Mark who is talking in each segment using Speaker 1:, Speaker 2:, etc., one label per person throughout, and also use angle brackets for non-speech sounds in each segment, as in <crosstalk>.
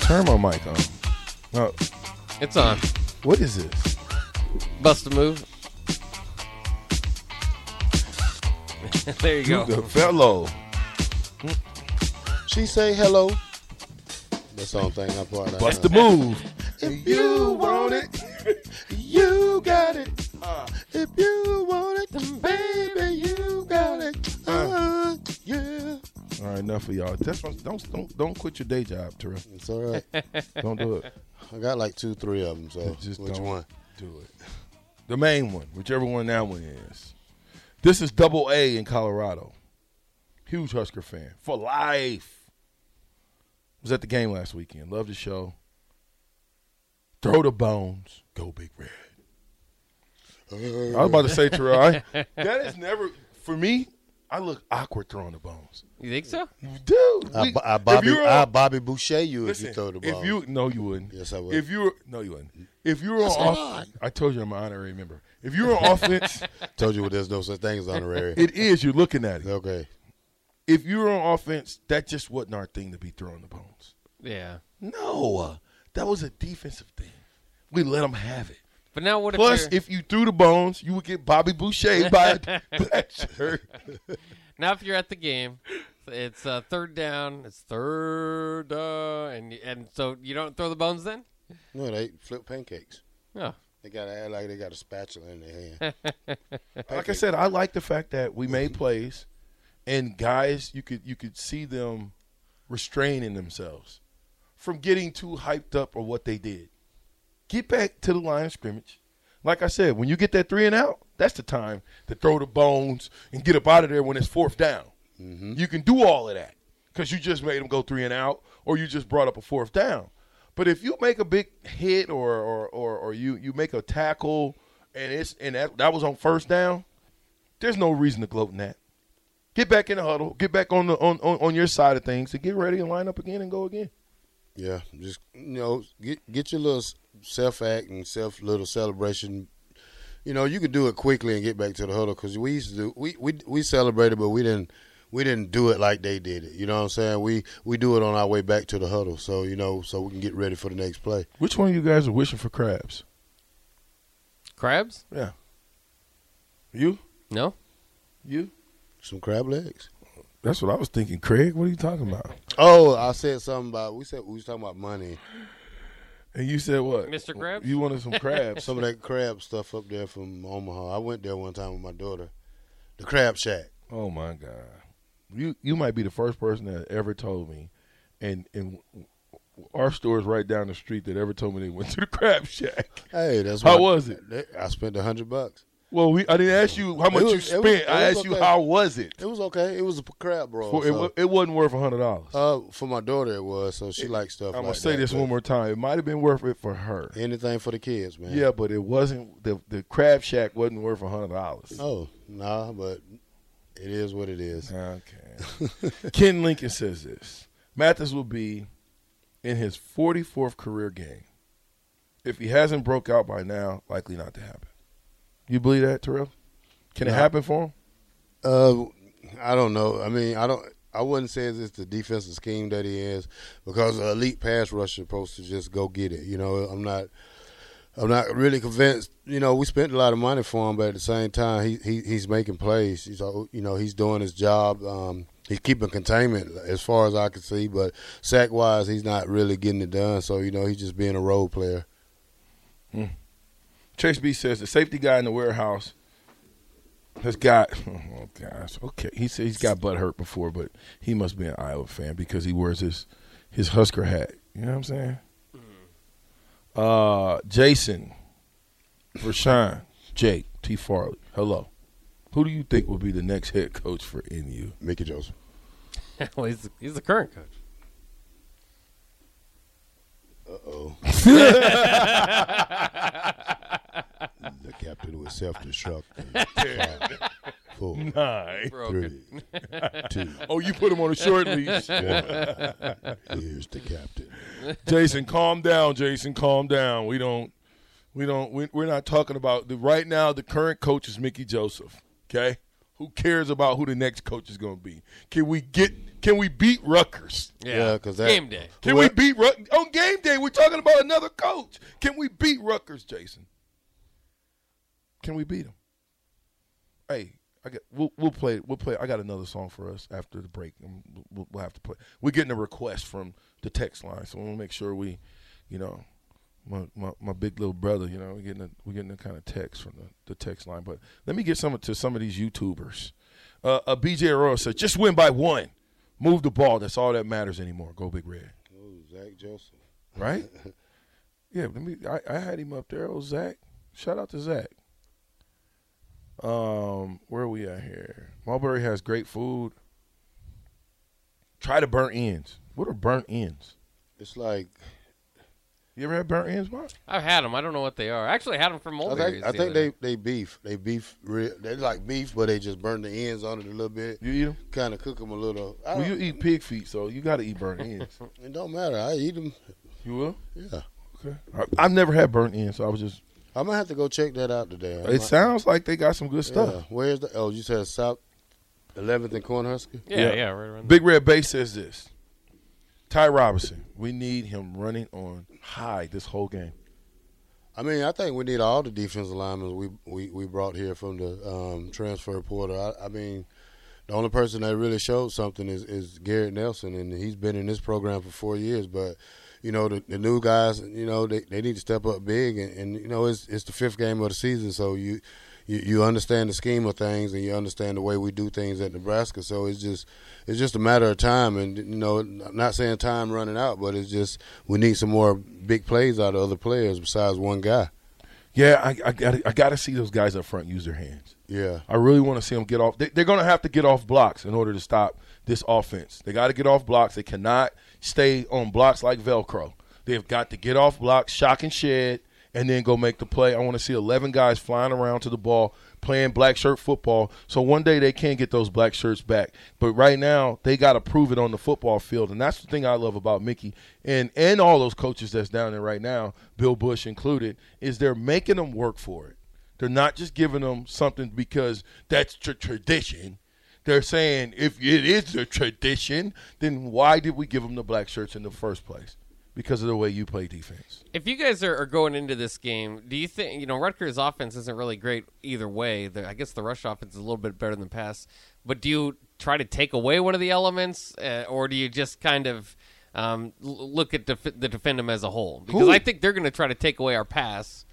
Speaker 1: Turbo mic on. Oh,
Speaker 2: It's on.
Speaker 1: what is this?
Speaker 2: Bust a move. <laughs> there you
Speaker 1: You
Speaker 2: go.
Speaker 1: the fellow. She say hello.
Speaker 3: That's the only thing I'm part of.
Speaker 1: Bust the move. if you want it, you got it. If you want it, then baby, you got it. Uh, yeah. All right, enough of y'all. That's what, don't don't don't quit your day job, Terrell.
Speaker 3: It's all right.
Speaker 1: Don't do it.
Speaker 3: I got like two, three of them. So
Speaker 1: <laughs> Just
Speaker 3: which
Speaker 1: don't
Speaker 3: one?
Speaker 1: do it. The main one, whichever one that one is. This is Double A in Colorado. Huge Husker fan for life. Was at the game last weekend. Love the show. Throw the bones. Go Big Red. I was about to say Terrell. I, that is never for me. I look awkward throwing the bones,
Speaker 2: You think so?
Speaker 1: dude.
Speaker 3: I,
Speaker 1: we-
Speaker 3: I,
Speaker 1: if
Speaker 3: Uh, Bobby,
Speaker 1: you're
Speaker 3: I
Speaker 1: on-
Speaker 3: Bobby Boucher you
Speaker 1: Listen,
Speaker 3: if you throw the ball.
Speaker 1: If you no, you wouldn't.
Speaker 3: Yes, I would.
Speaker 1: If you were no, you wouldn't. If you were on offense, I told you I'm an honorary member. If you were on
Speaker 3: <laughs>
Speaker 1: offense,
Speaker 3: <laughs> Told you there's no such thing as honorary.
Speaker 1: <laughs> it is you're looking at it.
Speaker 3: okay.
Speaker 1: If you were on offense, that just wasn't our thing to be throwing the bones.
Speaker 2: Yeah.
Speaker 1: No, uh, that was a defensive thing. We let them have it.
Speaker 2: But now what if
Speaker 1: Plus,
Speaker 2: you're-
Speaker 1: if you threw the bones, you would get Bobby Boucher by <laughs> a black shirt.
Speaker 2: now if you're at the game, it's uh, third down, it's third down, and and so you don't throw the bones then?
Speaker 3: No, they flip pancakes.
Speaker 2: No.
Speaker 3: They got to act like they got a spatula in their hand.
Speaker 1: like I said, I like the fact that we made plays, and guys, you could you could see them restraining themselves from getting too hyped up or what they did. Get back to the line of scrimmage. Like I said, when you get that three and out, that's the time to throw the bones and get up out of there when it's fourth down. You can do all of that because you just made them go three and out, or you just brought up a fourth down. But if you make a big hit or or, or, or you, you make a tackle and it's and that, that was on first down, there's no reason to gloat in that. Get back in the huddle, get back on the on, on, on your side of things, and get ready and line up again and go again.
Speaker 3: yeah, just you know, get get your little self act and self little celebration. You know, you could do it quickly and get back to the huddle because we used to do we, we we celebrated, but we didn't we didn't do it like they did it. You know what I'm saying? We we do it on our way back to the huddle, so you know, so we can get ready for the next play.
Speaker 1: Which one of you guys are wishing for crabs?
Speaker 2: Crabs?
Speaker 1: Yeah. You?
Speaker 2: No.
Speaker 1: You?
Speaker 3: Some crab legs.
Speaker 1: That's what I was thinking, Craig. What are you talking about?
Speaker 3: Oh, I said something about we said we was talking about money.
Speaker 1: And you said what?
Speaker 2: Mr. Krabs?
Speaker 1: You wanted some crabs.
Speaker 3: Some of <laughs> that crab stuff up there from Omaha. I went there one time with my daughter. The crab shack.
Speaker 1: Oh my God. You you might be the first person that ever told me, and and our store is right down the street that ever told me they went to the crab shack.
Speaker 3: Hey, that's
Speaker 1: How
Speaker 3: what-
Speaker 1: was it?
Speaker 3: I spent a hundred bucks.
Speaker 1: Well, we I didn't ask you how much
Speaker 3: was-
Speaker 1: you
Speaker 3: it
Speaker 1: spent.
Speaker 3: was- it
Speaker 1: I
Speaker 3: was
Speaker 1: asked you
Speaker 3: okay.
Speaker 1: how was Oh, it.
Speaker 3: It was okay. It was a p- crab roll.
Speaker 1: For, it,
Speaker 3: so-
Speaker 1: wa- it wasn't worth a hundred dollars.
Speaker 3: uh, for my daughter, it was. So she likes stuff.
Speaker 1: I'm
Speaker 3: like
Speaker 1: gonna say
Speaker 3: that,
Speaker 1: this
Speaker 3: but
Speaker 1: one more time. It might have been worth it for her.
Speaker 3: Anything for the kids, man.
Speaker 1: Yeah, but it wasn't. The the crab shack wasn't worth a hundred dollars.
Speaker 3: Oh nah, but it is what it is.
Speaker 1: Okay. <laughs> Ken Lincoln says this. Mathis will be in his 44th career game. If he hasn't broke out by now, likely not to happen. You believe that, Terrell? Can it happen for him?
Speaker 3: Uh, I don't know. I mean, I don't. I wouldn't say it's the defensive scheme that he is because an elite pass rusher is supposed to just go get it. You know, I'm not. I'm not really convinced. You know, we spent a lot of money for him, but at the same time, he, he he's making plays. He's uh, you know he's doing his job. Um, he's keeping containment as far as I can see, but sack wise, he's not really getting it done. So you know he's just being a role player.
Speaker 1: Chase B says the safety guy in the warehouse has got. <laughs> Oh gosh, okay. He said he's got butt hurt before, but he must be an Iowa fan because he wears his his Husker hat. You know what I'm saying? Uh, Jason, Rashawn, Jake, T. Farley. Hello. Who do you think will be the next head coach for NU?
Speaker 3: Mickey Joseph.
Speaker 2: <laughs> well, he's, he's the current coach.
Speaker 3: The captain will self-destruct. in five, four,
Speaker 2: Broken.
Speaker 3: three, two.
Speaker 1: Oh, you put him on a short leash. <laughs>
Speaker 3: Here's the captain.
Speaker 1: Jason, calm down. Jason, calm down. We don't, we don't, we, we're not talking about the right now. The current coach is Mickey Joseph. Okay, who cares about who the next coach is going to be? Can we get? Can we beat Rutgers?
Speaker 3: Yeah, because that
Speaker 2: game day.
Speaker 1: Can we beat Rut on game day? We're talking about another coach. Can we beat Rutgers, Jason? Can we beat him? Hey, I got. We'll, we'll play. We'll play. I got another song for us after the break. Um, We'll, we'll have to play. We're getting a request from the text line, so we'll make sure we, you know, my, my, my big little brother. You know, we're getting a, we're getting a kind of text from the, the text line. But let me get some to some of these YouTubers. Uh, uh, BJ Arroyo said, "Just win by one. Move the ball. That's all that matters anymore. Go Big Red."
Speaker 3: Oh, Zach Joseph. <laughs>
Speaker 1: right? yeah, let me. I, I had him up there. Oh, Zach! Shout out to Zach. Um, where are we at here? Mulberry has great food. Try to burn ends. What are burnt ends?
Speaker 3: It's like
Speaker 1: You ever had burnt ends, Mark?
Speaker 2: I've had them. I don't know what they are. I actually had them from
Speaker 3: I
Speaker 2: Mulberry's.
Speaker 3: think
Speaker 2: the
Speaker 3: I think
Speaker 2: other
Speaker 3: they,
Speaker 2: day.
Speaker 3: they beef they beef re- they like beef, but they just burn the ends on it a little bit.
Speaker 1: You eat them?
Speaker 3: Kind of cook them a little. I
Speaker 1: Well,
Speaker 3: don't,
Speaker 1: you eat pig feet, so you got to eat burnt
Speaker 3: <laughs>
Speaker 1: ends.
Speaker 3: it don't matter. I eat them.
Speaker 1: you will?
Speaker 3: Yeah,
Speaker 1: Okay. I, I've never had burnt ends, so I was just.
Speaker 3: I'm gonna have to go check that out today. I
Speaker 1: It
Speaker 3: might-
Speaker 1: sounds like they got some good
Speaker 3: Yeah.
Speaker 1: stuff.
Speaker 3: Where's the? Oh, you said South 11th and Cornhusker.
Speaker 2: Yeah,
Speaker 1: yeah.
Speaker 2: yeah, right around.
Speaker 1: Big Red Bay says this. Ty Robinson, we need him running on high this whole game.
Speaker 3: I mean, I think we need all the defensive linemen we we, we brought here from the um, transfer portal. I, I mean, the only person that really showed something is, is Garrett Nelson, and he's been in this program for four years. But you know, the, the new guys, you know, they, they need to step up big, and, and you know, it's it's the fifth game of the season, so you. You, you understand the scheme of things, and you understand the way we do things at Nebraska. So it's just, it's just a matter of time, and you know, I'm not saying time running out, but it's just we need some more big plays out of other players besides one guy.
Speaker 1: Yeah, I, I got I got to see those guys up front use their hands.
Speaker 3: Yeah.
Speaker 1: I really want to see them get off. They, they're going to have to get off blocks in order to stop this offense. They got to get off blocks. They cannot stay on blocks like Velcro. They've got to get off blocks, shock and shed, and then go make the play. I want to see 11 guys flying around to the ball playing black shirt football. So one day they can get those black shirts back. But right now they got to prove it on the football field, and that's the thing I love about Mickey and and all those coaches that's down there right now, Bill Bush included, is they're making them work for it. They're not just giving them something because that's tr- tradition. They're saying if it is a tradition, then why did we give them the black shirts in the first place? Because of the way you play defense.
Speaker 2: If you guys are, are going into this game, do you think you know Rutgers' offense isn't really great either way? The, I guess the rush offense is a little bit better than pass, but do you try to take away one of the elements, uh, or do you just kind of um, l- look at def- the defend them as a whole? Because
Speaker 1: Who?
Speaker 2: I think they're going to try to take away our pass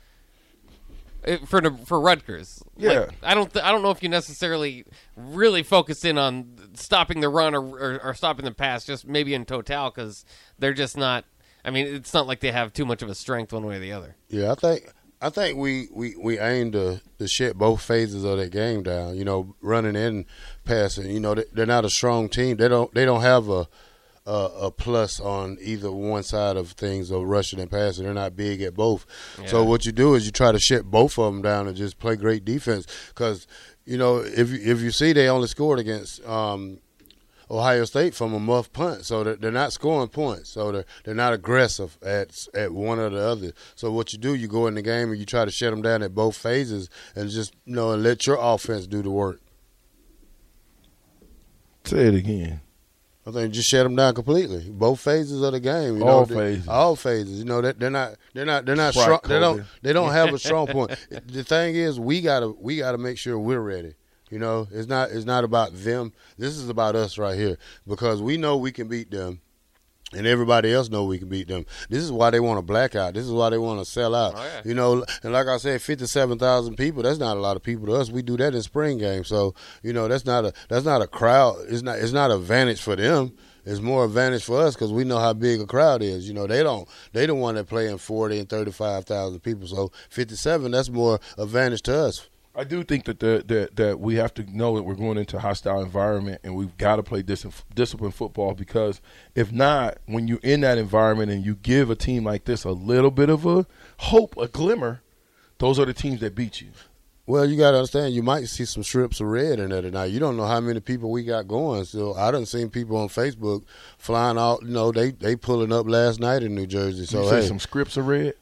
Speaker 2: uh, for the- for Rutgers.
Speaker 1: Yeah.
Speaker 2: Like, I don't th- I don't know if you necessarily really focus in on stopping the run or, or, or stopping the pass, just maybe in total because they're just not. I mean, it's not like they have too much of a strength one way or the other.
Speaker 3: Yeah, I think I think we we we aim to to shut both phases of that game down. You know, running and passing. You know, they, they're not a strong team. They don't they don't have a a, a plus on either one side of things of rushing and passing. They're not big at both. So what you do is you try to shut both of them down and just play great defense because. You know, if you- if you see they only scored against um, Ohio State from a muff punt, so they're, they're not scoring points, so they're they're not aggressive at at one or the other. So what you do, you go in the game and you try to shut them down at both phases, and just you know and let your offense do the work.
Speaker 1: Say it again.
Speaker 3: I think just shut them down completely. Both phases of the game. You
Speaker 1: All
Speaker 3: know, they-
Speaker 1: phases.
Speaker 3: all phases. You know that they're not they're not they're not
Speaker 1: Right,
Speaker 3: strong. They don't
Speaker 1: Kobe.
Speaker 3: they
Speaker 1: <laughs>
Speaker 3: don't have a strong point. The thing is, we gotta we gotta make sure we're ready. You know, it's not it's not about them. This is about us right here because we know we can beat them. And everybody else know we can beat them. This is why they want to blackout. This is why they want to sell out.
Speaker 2: Oh, yeah.
Speaker 3: You know, and like I said, fifty-seven thousand people. That's not a lot of people to us. We do that in spring game. So you know, that's not a that's not a crowd. It's not it's not a advantage for them. It's more advantage for us because we know how big a crowd is. You know, they don't they the one that playing forty and thirty-five thousand people. So fifty-seven, that's more advantage to us.
Speaker 1: I do think that the, that that we have to know that we're going into a hostile environment, and we've got to play dis- disciplined football because if not, when you're in that environment and you give a team like this a little bit of a hope, a glimmer, those are the teams that beat you.
Speaker 3: Well, you gotta understand, you might see some strips of red in there tonight. You don't know how many people we got going. So I done seen people on Facebook flying out. You know, they they pulling up last night in New Jersey.
Speaker 1: So
Speaker 3: So
Speaker 1: you say
Speaker 3: hey,
Speaker 1: some scripts are <laughs> red.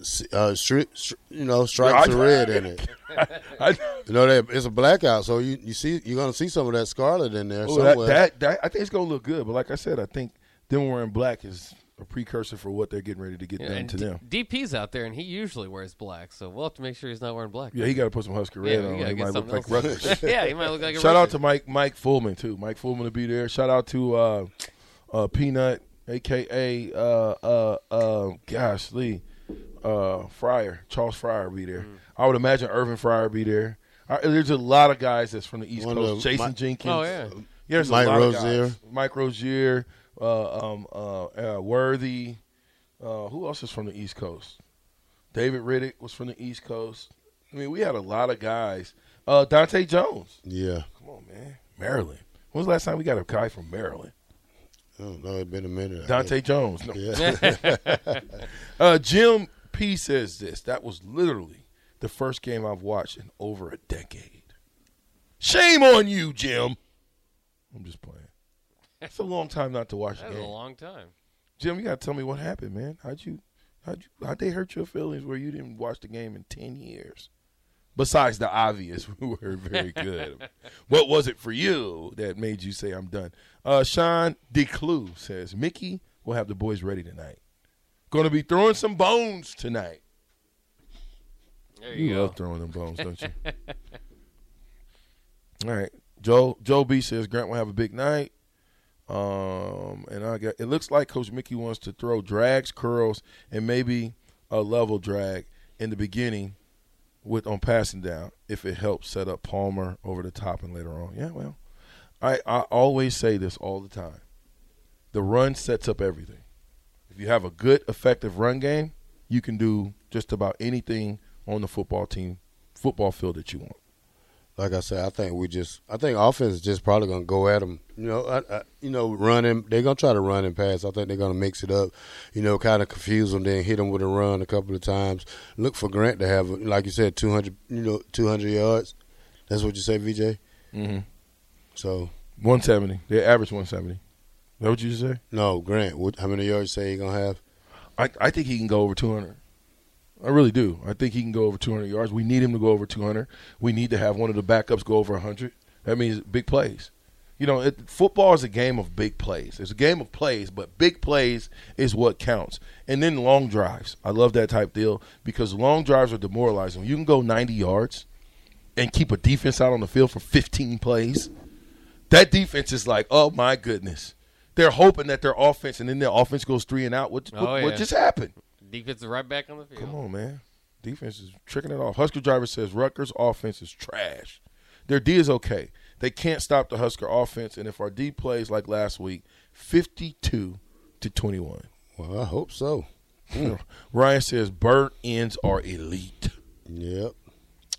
Speaker 3: s- uh, stri- stri- you know, stripes
Speaker 1: I-
Speaker 3: of red in it.
Speaker 1: I,
Speaker 3: You know, that it's a blackout. So you you see you're gonna see some of that scarlet in there
Speaker 1: oh, that,
Speaker 3: somewhere.
Speaker 1: that that I think it's gonna look good, but like I said, I think them wearing black is a precursor for what they're getting ready to get
Speaker 2: Yeah,
Speaker 1: done
Speaker 2: and
Speaker 1: to
Speaker 2: D-
Speaker 1: them.
Speaker 2: DP's out there, and he usually wears black, so we'll have to make sure he's not wearing black.
Speaker 1: Yeah, he got to put some Husker red
Speaker 2: we
Speaker 1: on.
Speaker 2: gotta
Speaker 1: He
Speaker 2: get
Speaker 1: might look
Speaker 2: something
Speaker 1: like
Speaker 2: else.
Speaker 1: Rutgers. <laughs>
Speaker 2: <laughs> yeah, he might look like a
Speaker 1: Shout out to
Speaker 2: Russian.
Speaker 1: Mike Mike Fullman too. Mike Fullman to be there. Shout out to uh, uh, Peanut, aka uh, uh, uh, gosh Lee uh, Fryer, Charles Fryer be there.
Speaker 2: Mm.
Speaker 1: I would imagine Irvin Fryer be there. I, there's a lot of guys that's from the East
Speaker 3: One
Speaker 1: Coast.
Speaker 3: of
Speaker 1: Jason
Speaker 3: Mi-
Speaker 1: Jenkins.
Speaker 2: Oh, yeah.
Speaker 1: There's
Speaker 3: Mike
Speaker 1: a lot
Speaker 3: Rozier.
Speaker 1: Of guys. Mike Rozier. Uh, um, uh, uh, Worthy. Uh, who else is from the East Coast? David Riddick was from the East Coast. I mean, we had a lot of guys. Uh, Dante Jones.
Speaker 3: yeah.
Speaker 1: Come on, man. Maryland. When was the last time we got a guy from Maryland?
Speaker 3: I don't know. It's been a minute.
Speaker 1: Dante Jones. No.
Speaker 3: Yeah.
Speaker 1: Uh, Jim P says this. That was literally the first game I've watched in over a decade. Shame on you, Jim. I'm just playing. It's a long time not to watch a
Speaker 2: That was a
Speaker 1: game.
Speaker 2: long time.
Speaker 1: Jim, you gotta tell me what happened, man. How'd you, how'd you, how'd they hurt your feelings where you didn't watch the game in ten years? Besides the obvious, <laughs> we were very good. what was it for you that made you say I'm done? Uh, Sean DeClue says Mickey will have the boys ready tonight. Going to be throwing some bones tonight.
Speaker 2: There you
Speaker 1: You
Speaker 2: go.
Speaker 1: love throwing them bones, don't you? All right. Joe Joe B says Grant will have a big night. Um, and I got it looks like Coach Mickey wants to throw drags, curls, and maybe a level drag in the beginning with on passing down if it helps set up Palmer over the top and later on. Yeah, well. I, I always say this all the time. The run sets up everything. If you have a good, effective run game, you can do just about anything on the football team, football field that you want.
Speaker 3: like I said, I think we just, I think offense is just probably gonna go at them. You know, I, I, you know, running. They're gonna try to run and pass. I think they're gonna mix it up. You know, kind of confuse them, then hit them with a run a couple of times. Look for Grant to have, like you said, two hundred. You know, two hundred yards. That's what you say, VJ.
Speaker 1: Mm-hmm.
Speaker 3: So
Speaker 1: 170. They average 170. Is that what you just said?
Speaker 3: no, Grant. What, how many yards you say he gonna have?
Speaker 1: I, I think he can go over 200. I really do. I think he can go over 200 yards. We need him to go over 200. We need to have one of the backups go over 100. That means big plays. You know, it, football is a game of big plays. It's a game of plays, but big plays is what counts. And then long drives. I love that type deal because long drives are demoralizing. You can go 90 yards and keep a defense out on the field for 15 plays. That defense is like, oh my goodness. They're hoping that their offense, and then their offense goes three and out. What,
Speaker 2: Oh,
Speaker 1: what,
Speaker 2: yeah.
Speaker 1: what just happened?
Speaker 2: Defense is right back on the field. <laughs>
Speaker 1: Come on, man. Defense is tricking it off. Husker driver says Rutgers offense is trash. Their D is okay. They can't stop the Husker offense, and if our D plays like last week, fifty-two to twenty-one.
Speaker 3: Well, I hope so.
Speaker 1: Ryan says bird ends are elite.
Speaker 3: Yep.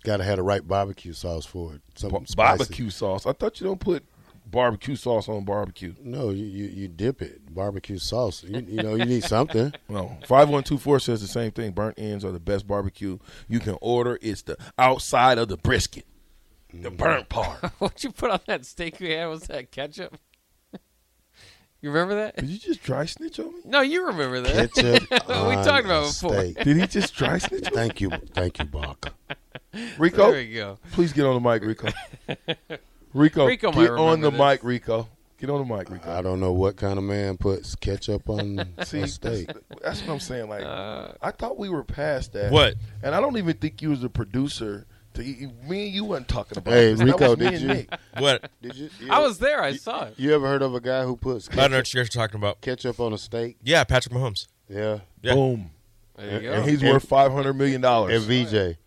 Speaker 3: Got to have the right barbecue sauce for it. Something
Speaker 1: Ba-
Speaker 3: spicy.
Speaker 1: barbecue sauce. I thought you don't put barbecue sauce on barbecue.
Speaker 3: No, you, you you dip it. Barbecue sauce. You, you know, you need something.
Speaker 1: No, five one two four says the same thing. Burnt ends are the best barbecue you can order. It's the outside of the brisket, <laughs> the burnt part.
Speaker 2: What you put on that steak we had was that ketchup. <laughs> you remember that?
Speaker 1: Did you just dry snitch on me?
Speaker 2: No, you remember that. <laughs>
Speaker 3: Ketchup. we
Speaker 2: talked about it before.
Speaker 1: Did he just dry
Speaker 3: <laughs>
Speaker 1: snitch?
Speaker 3: Thank you, thank you, Bach.
Speaker 1: Rico,
Speaker 2: <laughs> There we go. <laughs>
Speaker 1: please get on the mic, Rico. Rico,
Speaker 2: Rico might
Speaker 1: get on
Speaker 2: remember
Speaker 1: the
Speaker 2: this.
Speaker 1: mic, Rico. Get Get on the mic, Rico.
Speaker 3: I don't know what kind of man puts ketchup <laughs> on
Speaker 1: See,
Speaker 3: a
Speaker 1: that's,
Speaker 3: steak.
Speaker 1: that's what I'm saying. Like,
Speaker 2: Uh,
Speaker 1: I thought we were past that.
Speaker 4: What?
Speaker 1: And I don't even think you was a producer. To you- me and you wasn't talking about.
Speaker 3: Hey,
Speaker 1: this. <laughs> That
Speaker 3: Rico,
Speaker 1: was me
Speaker 3: did
Speaker 1: and
Speaker 3: you-
Speaker 1: Nick.
Speaker 4: What?
Speaker 3: Did you, you
Speaker 2: I was there. I saw it.
Speaker 3: You ever heard of a guy who puts
Speaker 4: I don't know
Speaker 3: ketchup,
Speaker 4: what you're talking about.
Speaker 3: ketchup on a steak?
Speaker 4: Yeah, Patrick Mahomes.
Speaker 3: Yeah.
Speaker 4: Yeah.
Speaker 1: Boom.
Speaker 2: There you go.
Speaker 1: And he's
Speaker 3: And-
Speaker 1: worth five hundred million
Speaker 3: And
Speaker 1: dollars.
Speaker 3: VJ.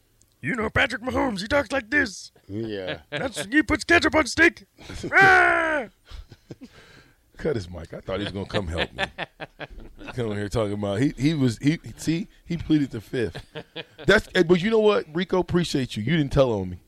Speaker 4: You know Patrick Mahomes. He talks like this.
Speaker 3: Yeah.
Speaker 4: That's he puts ketchup on steak. <laughs> Ah!
Speaker 1: Cut his mic. I thought he was gonna come help
Speaker 3: <laughs>
Speaker 1: me. He's coming here talking about he he was he see he pleaded the fifth. That's eh, but you know what Rico appreciate you. You didn't tell on me.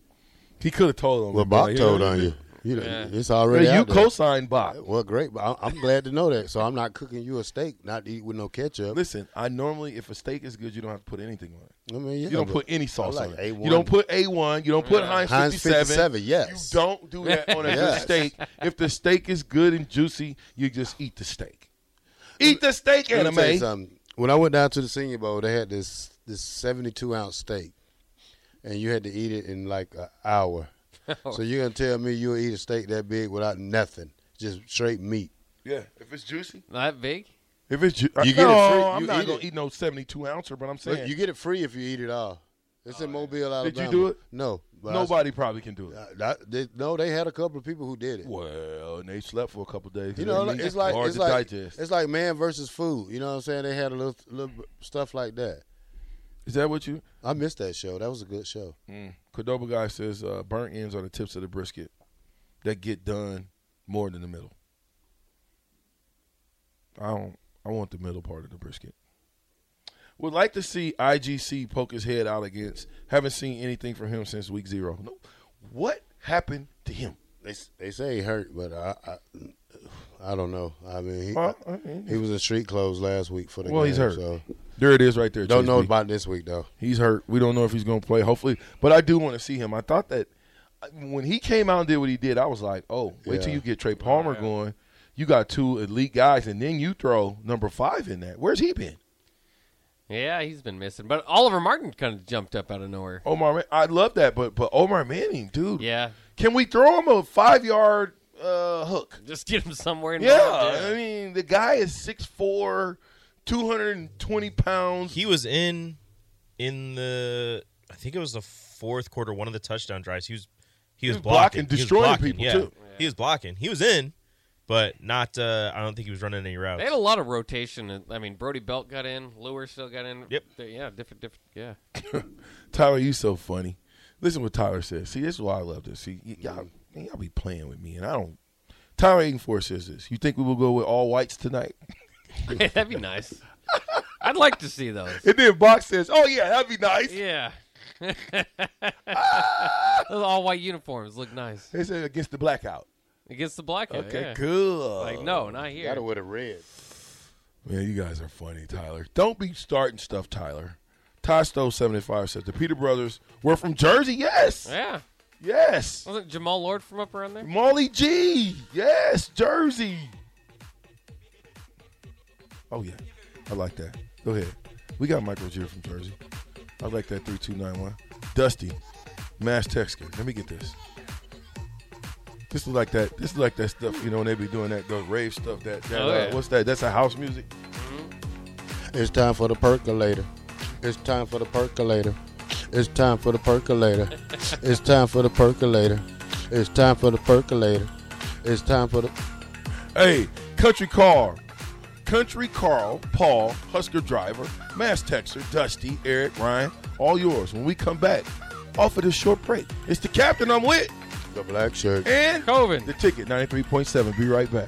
Speaker 1: He could have told on
Speaker 3: <laughs> Well,
Speaker 1: me.
Speaker 3: Bob
Speaker 1: Like,
Speaker 3: told
Speaker 1: know,
Speaker 3: on you. you know,
Speaker 2: Yeah.
Speaker 3: It's
Speaker 1: yeah,
Speaker 3: already
Speaker 1: you
Speaker 3: out there.
Speaker 1: co-signed Bob.
Speaker 3: Well, great. But I'm, I'm glad to know that. So I'm not cooking you a steak, not to eat with no ketchup.
Speaker 1: Listen, I normally if a steak is good, you don't have to put anything on it.
Speaker 3: I mean, yeah,
Speaker 1: You don't
Speaker 3: but
Speaker 1: put any sauce
Speaker 3: I like
Speaker 1: on it.
Speaker 3: A1.
Speaker 1: You don't put A one. You don't put Heinz,
Speaker 3: Heinz
Speaker 1: 57.
Speaker 3: 57, yes.
Speaker 1: You don't do that on a
Speaker 3: Yes.
Speaker 1: good steak. If the steak is good and juicy, you just eat the steak. Eat the steak,
Speaker 3: Let me
Speaker 1: anime.
Speaker 3: tell you something. When I went down to the Senior Bowl, they had this this seventy two ounce steak, and you had to eat it in like an <laughs> hour. so you're gonna tell me you'll eat a steak that big without nothing, just straight meat?
Speaker 1: Yeah, if it's juicy.
Speaker 2: Not that big.
Speaker 1: If it's ju- uh,
Speaker 3: You get it
Speaker 1: no,
Speaker 3: free-
Speaker 1: I'm
Speaker 3: you
Speaker 1: not
Speaker 3: eat
Speaker 1: gonna
Speaker 3: it.
Speaker 1: eat no 72 ouncer, but I'm
Speaker 3: But
Speaker 1: saying
Speaker 3: you get it free if you eat it all. It's in Mobile, Alabama.
Speaker 1: Did you do it?
Speaker 3: No. but I-
Speaker 1: nobody probably can do it.
Speaker 3: I- I- they- no, they had a couple of people who did it.
Speaker 1: Well, and they slept for a couple days.
Speaker 3: You know,
Speaker 1: They
Speaker 3: like-
Speaker 1: need
Speaker 3: it's like
Speaker 1: hard
Speaker 3: it's
Speaker 1: to
Speaker 3: like
Speaker 1: digest.
Speaker 3: it's like man versus food. You know what I'm saying? They had a little little stuff like that.
Speaker 1: Is that what you?
Speaker 3: I missed that show. That was a good show.
Speaker 1: Cordoba guy says uh, burnt ends are the tips of the brisket that get done more than the middle. I don't. I want the middle part of the brisket. Would like to see IGC poke his head out against. Haven't seen anything from him since week zero. No. What happened to him?
Speaker 3: They they say he hurt, but I I, I don't know. I mean, he,
Speaker 1: Well, I mean-
Speaker 3: he was in street clothes last week for the
Speaker 1: Well,
Speaker 3: game,
Speaker 1: he's hurt.
Speaker 3: So
Speaker 1: There it is, right there.
Speaker 3: don't
Speaker 1: Chase
Speaker 3: know
Speaker 1: B.
Speaker 3: about this week though.
Speaker 1: He's hurt. We don't know if he's going to play. Hopefully, but I do want to see him. I thought that uh, when he came out and did what he did, I was like, "Oh, wait till
Speaker 3: Yeah.
Speaker 1: you get Trey Palmer going. You got two elite guys, and then you throw number five in that. Where's he been?
Speaker 2: Yeah, he's been missing. But Oliver Martin kind of jumped up out of nowhere.
Speaker 1: Omar, Man- I love that, but but Omar Manning, dude.
Speaker 2: Yeah.
Speaker 1: Can we throw him a five yard uh, hook?
Speaker 2: Just get him somewhere. in the
Speaker 1: Yeah, I
Speaker 2: lineup.
Speaker 1: mean the guy is 6'4", 220 pounds.
Speaker 4: he was in in the I think it was the fourth quarter, one of the touchdown drives. He was he was,
Speaker 1: was blocking,
Speaker 4: blocking, He was
Speaker 1: destroying
Speaker 4: blocking,
Speaker 1: people,
Speaker 4: yeah.
Speaker 1: too.
Speaker 4: He was blocking. He was in, but not. Uh, I don't think he was running any routes.
Speaker 2: They had a lot of rotation. I mean, Brody Belt got in. Lewis still got in.
Speaker 4: Yep.
Speaker 2: They- yeah, different, different. Yeah. <laughs>
Speaker 1: Tyler, you so funny. Listen what Tyler says. See, this is why I love this. See, y- y'all, man, y'all be playing with me, and I don't. Tyler Aidenforth says this. You think we will go with all whites tonight? <laughs>
Speaker 2: That'd be nice. I'd like to see those.
Speaker 1: And then Box says, "Oh yeah, that'd be nice."
Speaker 2: Yeah. <laughs> those all white uniforms look nice
Speaker 1: They say against the blackout.
Speaker 2: against the blackout.
Speaker 1: Okay,
Speaker 2: yeah.
Speaker 1: cool.
Speaker 2: Like no, not here.
Speaker 3: Gotta wear the red.
Speaker 1: Man, you guys are funny, Tyler. Don't be starting stuff, Tyler. Ty Stowe seventy five said the Peter brothers were from Jersey. Yes,
Speaker 2: Yeah.
Speaker 1: yes.
Speaker 2: Wasn't Jamal Lord from up around there?
Speaker 1: Molly G. Yes, Jersey. Oh yeah, I like that. Go ahead. We got Michael Jeter from Jersey. I like that three two nine one. Dusty, Mass Texter. Let me get this. This is like that. This is like that stuff. You know, when they be doing that the rave stuff. That, that
Speaker 2: Oh,
Speaker 1: uh,
Speaker 2: yeah.
Speaker 1: what's that? That's a house music.
Speaker 3: It's time for the percolator. It's time for the percolator. It's time for the <laughs> percolator. it's time for the percolator. It's time for the percolator. It's time for the.
Speaker 1: Hey, Country Carl. Country Carl, Paul, Husker Driver, Mass Texter, Dusty, Eric, Ryan, all yours. When we come back, off of this short break, it's the captain I'm with
Speaker 3: The black shirt.
Speaker 1: and
Speaker 2: Coven.
Speaker 1: the ticket 93.7. Be right back.